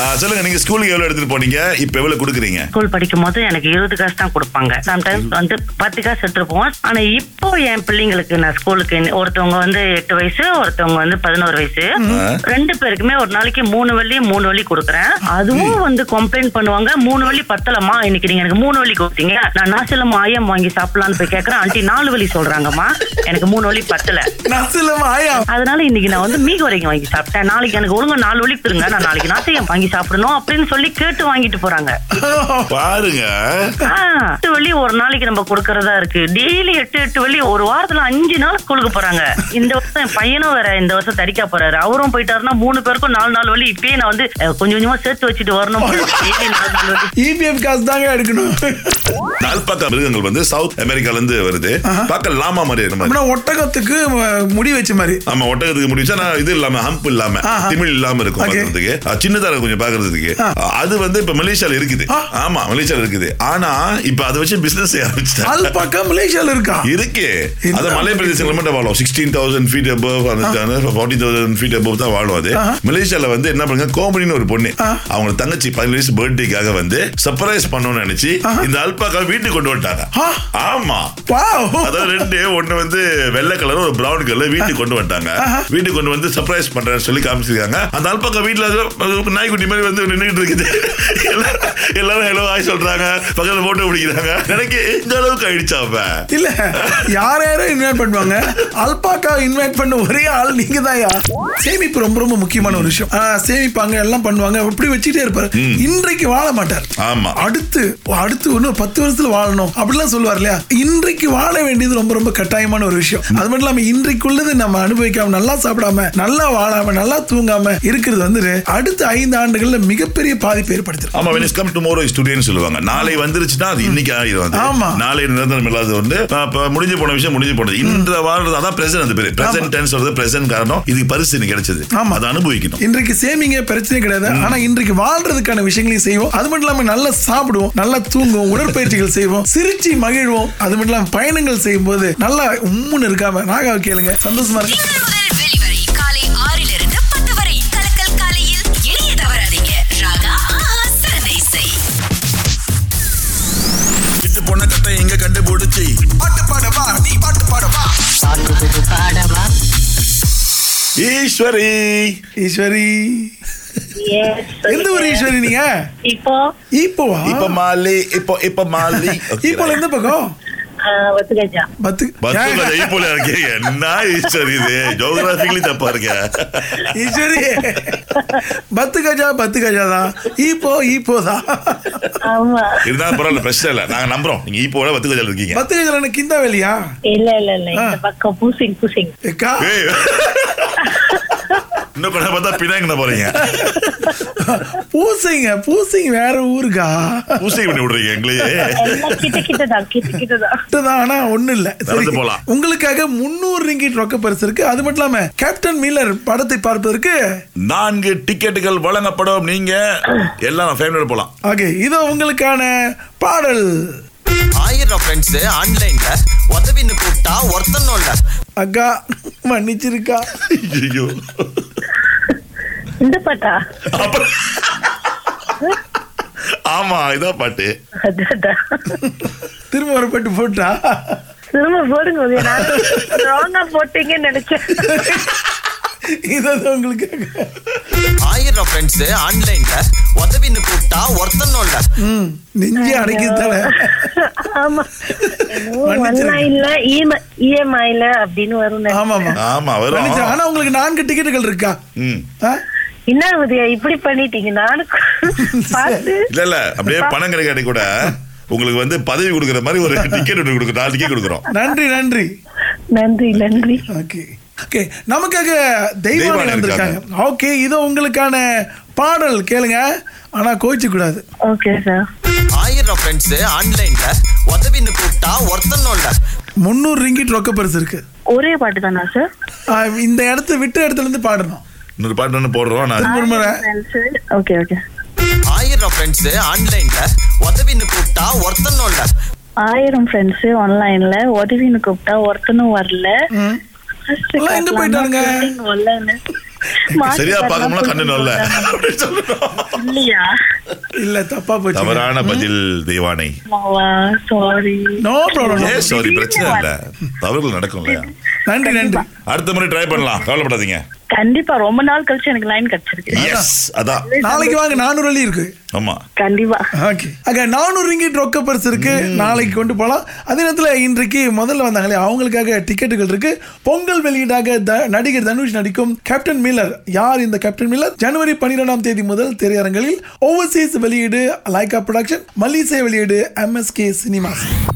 ஆ, சொல்லுங்க நீங்க ஸ்கூலுக்கு எவ்வளவு எடுத்துட்டு போனீங்க இப்ப எவ்வளவு கொடுக்குறீங்க ஸ்கூல் படிக்கும் போது எனக்கு இருபது காசு தான் கொடுப்பாங்க சம்டைம்ஸ் வந்து பத்து காசு எடுத்துட்டு போவோம் ஆனா இப்போ என் பிள்ளைங்களுக்கு நான் ஸ்கூலுக்கு இன்ன- ஒருத்தவங்க வந்து எட்டு வயசு ஒருத்தவங்க வந்து பதினோரு வயசு ரெண்டு பேருக்குமே ஒரு நாளைக்கு மூணு வள்ளி மூணு வள்ளி கொடுக்குறேன் அதுவும் வந்து கம்ப்ளைண்ட் பண்ணுவாங்க மூணு வள்ளி பத்தலமா இன்னைக்கு நீங்க எனக்கு மூணு வள்ளி கொடுத்தீங்க நான் நாசிலம் ஆயம் வாங்கி சாப்பிடலாம்னு போய் கேக்குறேன் ஆண்டி நாலு வள்ளி சொல்றாங்கம்மா எனக்கு மூணு வள்ளி பத்தல நசுல மாயா அதனால இன்னைக்கு நான் வந்து மீக வரைக்கும் வாங்கி சாப்பிட்டேன் நாளைக்கு எனக்கு ஒழுங்கா நாலு வழி கொடுங்க நான் நாளைக்கு நாசையம் வாங்கி சாப்பிடணும் அப்படின்னு சொல்லி கேட்டு வாங்கிட்டு போறாங்க பாருங்க ஆ, எட்டு வழி ஒரு நாளைக்கு நம்ம கொடுக்கறதா இருக்கு டெய்லி எட்டு எட்டு வழி ஒரு வாரத்துல அஞ்சு நாள் ஸ்கூலுக்கு போறாங்க இந்த வருஷம் என் பையனும் வேற இந்த வருஷம் தடிக்க போறாரு அவரும் போயிட்டாருன்னா மூணு பேருக்கும் நாலு நாலு வழி இப்பயே நான் வந்து அஹ், கொஞ்சம் கொஞ்சமா சேர்த்து வச்சுட்டு வரணும் டெய்லி நாலு நாலு வழி இபிஎஃப் E காசு தாங்க எடுக்கணும் நால்பாக்கா மிருகங்கள் வந்து சவுத் அமெரிக்கால இருந்து வருது பார்க்க லாமா மாதிரி இருக்கு மாதிரி. அப்படின்னா ஒட்டகத்துக்கு அஹ், முடி வச்ச மாதிரி ஆமா ஒட்டகத்துக்கு முடிச்சா நான் இது இல்லாம ஹம்ப் இல்லாம ஆஹா. திமிழ் இல்லாம இருக்கும் Okay. பாக்குறதுக்கு அஹ் சின்னதா இருக்கும் கொஞ்சம் பாக்குறதுக்கு அது வந்து இப்ப மலேசியால இருக்குது ஆ. ஆமா மலேசியால இருக்குது ஆனா இப்ப அதை வச்சு பிசினஸ் ஆரம்பிச்சிட்டாங்க அல்பாக்கா மலேசியால இருக்கா இருக்கு என்ன? அது மலை பிரதேசங்கள் மட்டும் வாழும் sixteen thousand feet above forty thousand feet above தான் வாழும் அது மலேசியால வந்து என்ன பண்ணுங்க கோமடின்னு ஒரு பொண்ணு அவங்க தங்கச்சி பதினேழு வயசு பர்த்டேக்காக வந்து சர்ப்ரைஸ் பண்ணணும்னு நினைச்சு இந்த அல்பாக்கா வீட்டுக்கு கொண்டு வந்துட்டாங்க ஆ. ஆமா Wow. அதாவது ரெண்டு ஒண்ணு வந்து வெள்ளை கலர் ஒரு பிரவுன் கலர் வீட்டுக்கு கொண்டு வந்துட்டாங்க வீட்டுக்கு கொண்டு வந்து சர்ப்ரைஸ் பண்றேன்னு சொல்லி காமிச்சிருக்காங்க அந்த அல்பாக்கா வீட்டுல அது ஒரு நாய்க்குட்டி மாதிரி வந்து நின்றுட்டு இருக்குது எல்லாரும் எல்லாரும் ஹலோ ஆய் சொல்றாங்க பக்கத்துல போட்டோ பிடிக்கிறாங்க எனக்கு இந்த அளவுக்கு ஆயிடுச்சா அப்ப இல்ல யார் யாரும் இன்வைட் பண்ணுவாங்க அல்பாக்கா இன்வைட் பண்ண ஒரே ஆள் நீங்க சேமிப்பு ரொம்ப ரொம்ப முக்கியமான ஒரு விஷயம் ஆஹ், சேமிப்பாங்க எல்லாம் பண்ணுவாங்க அப்படி வச்சுட்டே இருப்பாரு இன்றைக்கு வாழ மாட்டார் ஆமா. அடுத்து அடுத்து இன்னும் பத்து வருஷத்துல வாழணும் அப்படிலாம் சொல்லுவார் இல்லையா இன்றைக்கு வாழ வேண்டியது ரொம்ப ரொம்ப கட்டாயமான ஒரு விஷயம் அது மட்டும் இல்லாம இன்றைக்குள்ளது நம்ம அனுபவிக்காம நல்லா சாப்பிடாம நல்லா வாழாம நல்லா தூங்காம இருக்கிறது வந்து அடுத்த ஐந்து ஆண்டுகள்ல மிகப்பெரிய பாதிப்பு ஏற்படுத்திடும் ஆமா வெனிஸ் கம் டுமாரோ இஸ் டுடேன்னு சொல்லுவாங்க நாளை வந்துருச்சுன்னா அது இன்னைக்கு ஆயிடும் அது. ஆமா. நாளை நிரந்தரம் இல்லாத ஒன்று அப்ப முடிஞ்சு போன விஷயம் முடிஞ்சு போனது இன்ற வாழ்றது அதான் பிரசன்ட் அந்த பேரு பிரசன்ட் டென்ஸ் சொல்றது பிரசன்ட் காரணம் இது பரிசு நீ கிடைச்சது ஆமா. அதை அனுபவிக்கணும் இன்றைக்கு சேமிங்க பிரச்சனை கிடையாது ஆனா இன்றைக்கு வாழ்றதுக்கான விஷயங்களையும் செய்வோம் அது மட்டும் இல்லாம நல்லா சாப்பிடுவோம் நல்லா தூங்குவோம் உடற்பயிற்சிகள் செய்வோம் சிரிச்சு மகிழ்வோம் அது மட்டும் இல்லாம பயணங்கள் செய்யும் போது நல்லா உம்முன்னு இருக்காம நாகாவை கேளுங்க சந்தோஷமா இருக்கு திங்கள் முதல் வெளிவரை காலை ஆறிலிருந்து பத்து வரை கலக்கல் காலையில் இணைய தவறாதீங்க ராகா ஆஹா, சிறந்த இசை இது பொண்ண கட்ட எங்க கண்டுபிடிச்சி பாட்டு பாடவா நீ பாட்டு பாடவா ஈஸ்வரி ஈஸ்வரி எந்த ஒரு ஈஸ்வரி நீங்க இப்போ இப்போவா இப்ப மாலி இப்போ இப்ப மாலி இப்போல எந்த பக்கம் ஒத்துக்கஜா பத்து பத்து இப்போல இருக்கே என்ன ஈஸ்வரி இது ஜோகிராபிக்கலி தப்பா இருக்க ஈஸ்வரி பத்து கஜா பத்து கஜா தான் இப்போ இப்போ தான் ஆமா இருந்தாலும் பரவாயில்ல பிரச்சனை இல்ல நாங்க நம்புறோம் நீங்க இப்போல பத்து கஜல் இருக்கீங்க பத்து கஜா எனக்கு கிந்தா வேலையா இல்ல இல்ல இல்ல இந்த பக்கம் பூசிங் பூசிங் ஏக்கா ஏய். இன்னும் கொஞ்சம் பார்த்தா பினாங்க போறீங்க பூசைங்க பூசைங்க வேற ஊருக்கா பூசை பண்ணி விடுறீங்க எங்களையே எல்லாம் கிட்ட கிட்ட தான் கிட்ட கிட்ட தான் தான் ஆனா ஒண்ணு இல்ல சரி நடந்து போலாம். உங்களுக்காக முன்னூறு ரிங்கிட் ரொக்க பரிசு இருக்கு அது மட்டும் இல்லாம கேப்டன் மீலர் படத்தை பார்ப்பதற்கு நான்கு டிக்கெட்டுகள் வழங்கப்படும் நீங்க எல்லாம் நான் ஃபேமிலியோட போலாம் ஓகே இதோ உங்களுக்கான பாடல் ஆயிரம் ஃப்ரெண்ட்ஸ் ஆன்லைன்ல உதவின்னு கூப்பிட்டா ஒருத்தனும் இல்ல அக்கா மன்னிச்சிருக்கா ஐயோ இந்த பாட்டா அப்புறம் ஆமா இதான் பாட்டு அதான் திரும்ப ஒரு பட்டு போட்டா திரும்ப போடுங்க உதய. நான் ராங்கா போட்டீங்கன்னு நினைச்சேன் இதான் உங்களுக்கு ஆயிரம் ஃப்ரெண்ட்ஸ் ஆன்லைன்ல உதவின்னு கூப்பிட்டா ஒருத்தனும் இல்ல ம் நெஞ்சே அடைக்குது தானே ஆமா மன்னிச்சிருங்க. ஒன்லைன்ல E இஎம்ஐல அப்படின்னு வரும் ஆமா ஆமா ஆமா மன்னிச்சு, வரும் ஆனா உங்களுக்கு நான்கு டிக்கெட்டுகள் இருக்கா ம். ஆ? என்ன உதயா இப்படி பண்ணிட்டீங்க நானும் பார்த்து இல்ல இல்ல அப்படியே பணம் கிடைக்காட்டி கூட உங்களுக்கு வந்து பதவி கொடுக்குற மாதிரி ஒரு டிக்கெட் ஒன்று கொடுக்குறோம் நாலு டிக்கெட் கொடுக்குறோம் நன்றி நன்றி நன்றி நன்றி ஓகே ஓகே நமக்காக தெய்வானை தெய்வானை வந்திருக்காங்க ஓகே இதோ உங்களுக்கான பாடல் கேளுங்க ஆனா கோயிச்சு கூடாது ஓகே சார் ஆயிரம் ஃப்ரெண்ட்ஸ் ஆன்லைன்ல உதவின்னு கூப்பிட்டா ஒருத்தனும் இல்ல முந்நூறு ரிங்கிட் ரொக்க பரிசு இருக்கு ஒரே பாட்டு தானா சார் ஆ, இந்த இடத்த விட்ட இடத்துல இருந்து பாடணும் இன்னொரு பாட்டு ஒன்று போடுறோம் நான் திரும்ப ஒரு முறை ஓகே ஓகே ஆயிரம் ஃப்ரெண்ட்ஸ் ஆன்லைன்ல உதவின்னு கூப்பிட்டா ஒருத்தனும் இல்ல ஆயிரம் ஃப்ரெண்ட்ஸ் ஆன்லைன்ல உதவின்னு கூப்பிட்டா ஒருத்தனும் வரல எல்லாம் எங்க போயிட்டானுங்க? வரலன்னு. மாத்தி சரியா பாத்தா பார்க்கணும்னா கண்ணு நல்ல சொல்லுவாங்க. அப்படின்னு சொல்லணும். இல்லையா இல்ல தப்பா போச்சு தவறான பதில் தெய்வானை மாவா sorry no a problem sorry பிரச்சனை இல்ல தவறுகள் நடக்கும் இல்லையா நன்றி நன்றி அடுத்த முறை ட்ரை பண்ணலாம் கவலைப்படாதீங்க கண்டிப்பா ரொம்ப நாள் கழிச்சு எனக்கு லைன் கிடைச்சிருக்கு எஸ் அதான் நாளைக்கு வாங்க நானூறு வழி இருக்கு ஆமா கண்டிப்பா ஓகே அங்க நானூறு ரிங்கிட் ரொக்க பரிசு இருக்கு நாளைக்கு கொண்டு போகலாம் அதே நேரத்தில் இன்றைக்கு முதல்ல வந்தாங்களே அவங்களுக்காக டிக்கெட்டுகள் இருக்கு பொங்கல் வெளியீடாக த- நடிகர் தனுஷ் நடிக்கும் கேப்டன் மில்லர் யார் இந்த கேப்டன் மில்லர் ஜனவரி பன்னிரெண்டாம் தேதி முதல் திரையரங்களில் ஓவர்சீஸ் வெளியீடு லைகா ப்ரொடக்ஷன் மல்லிசை வெளியீடு எம்எஸ்கே சினிமாஸ்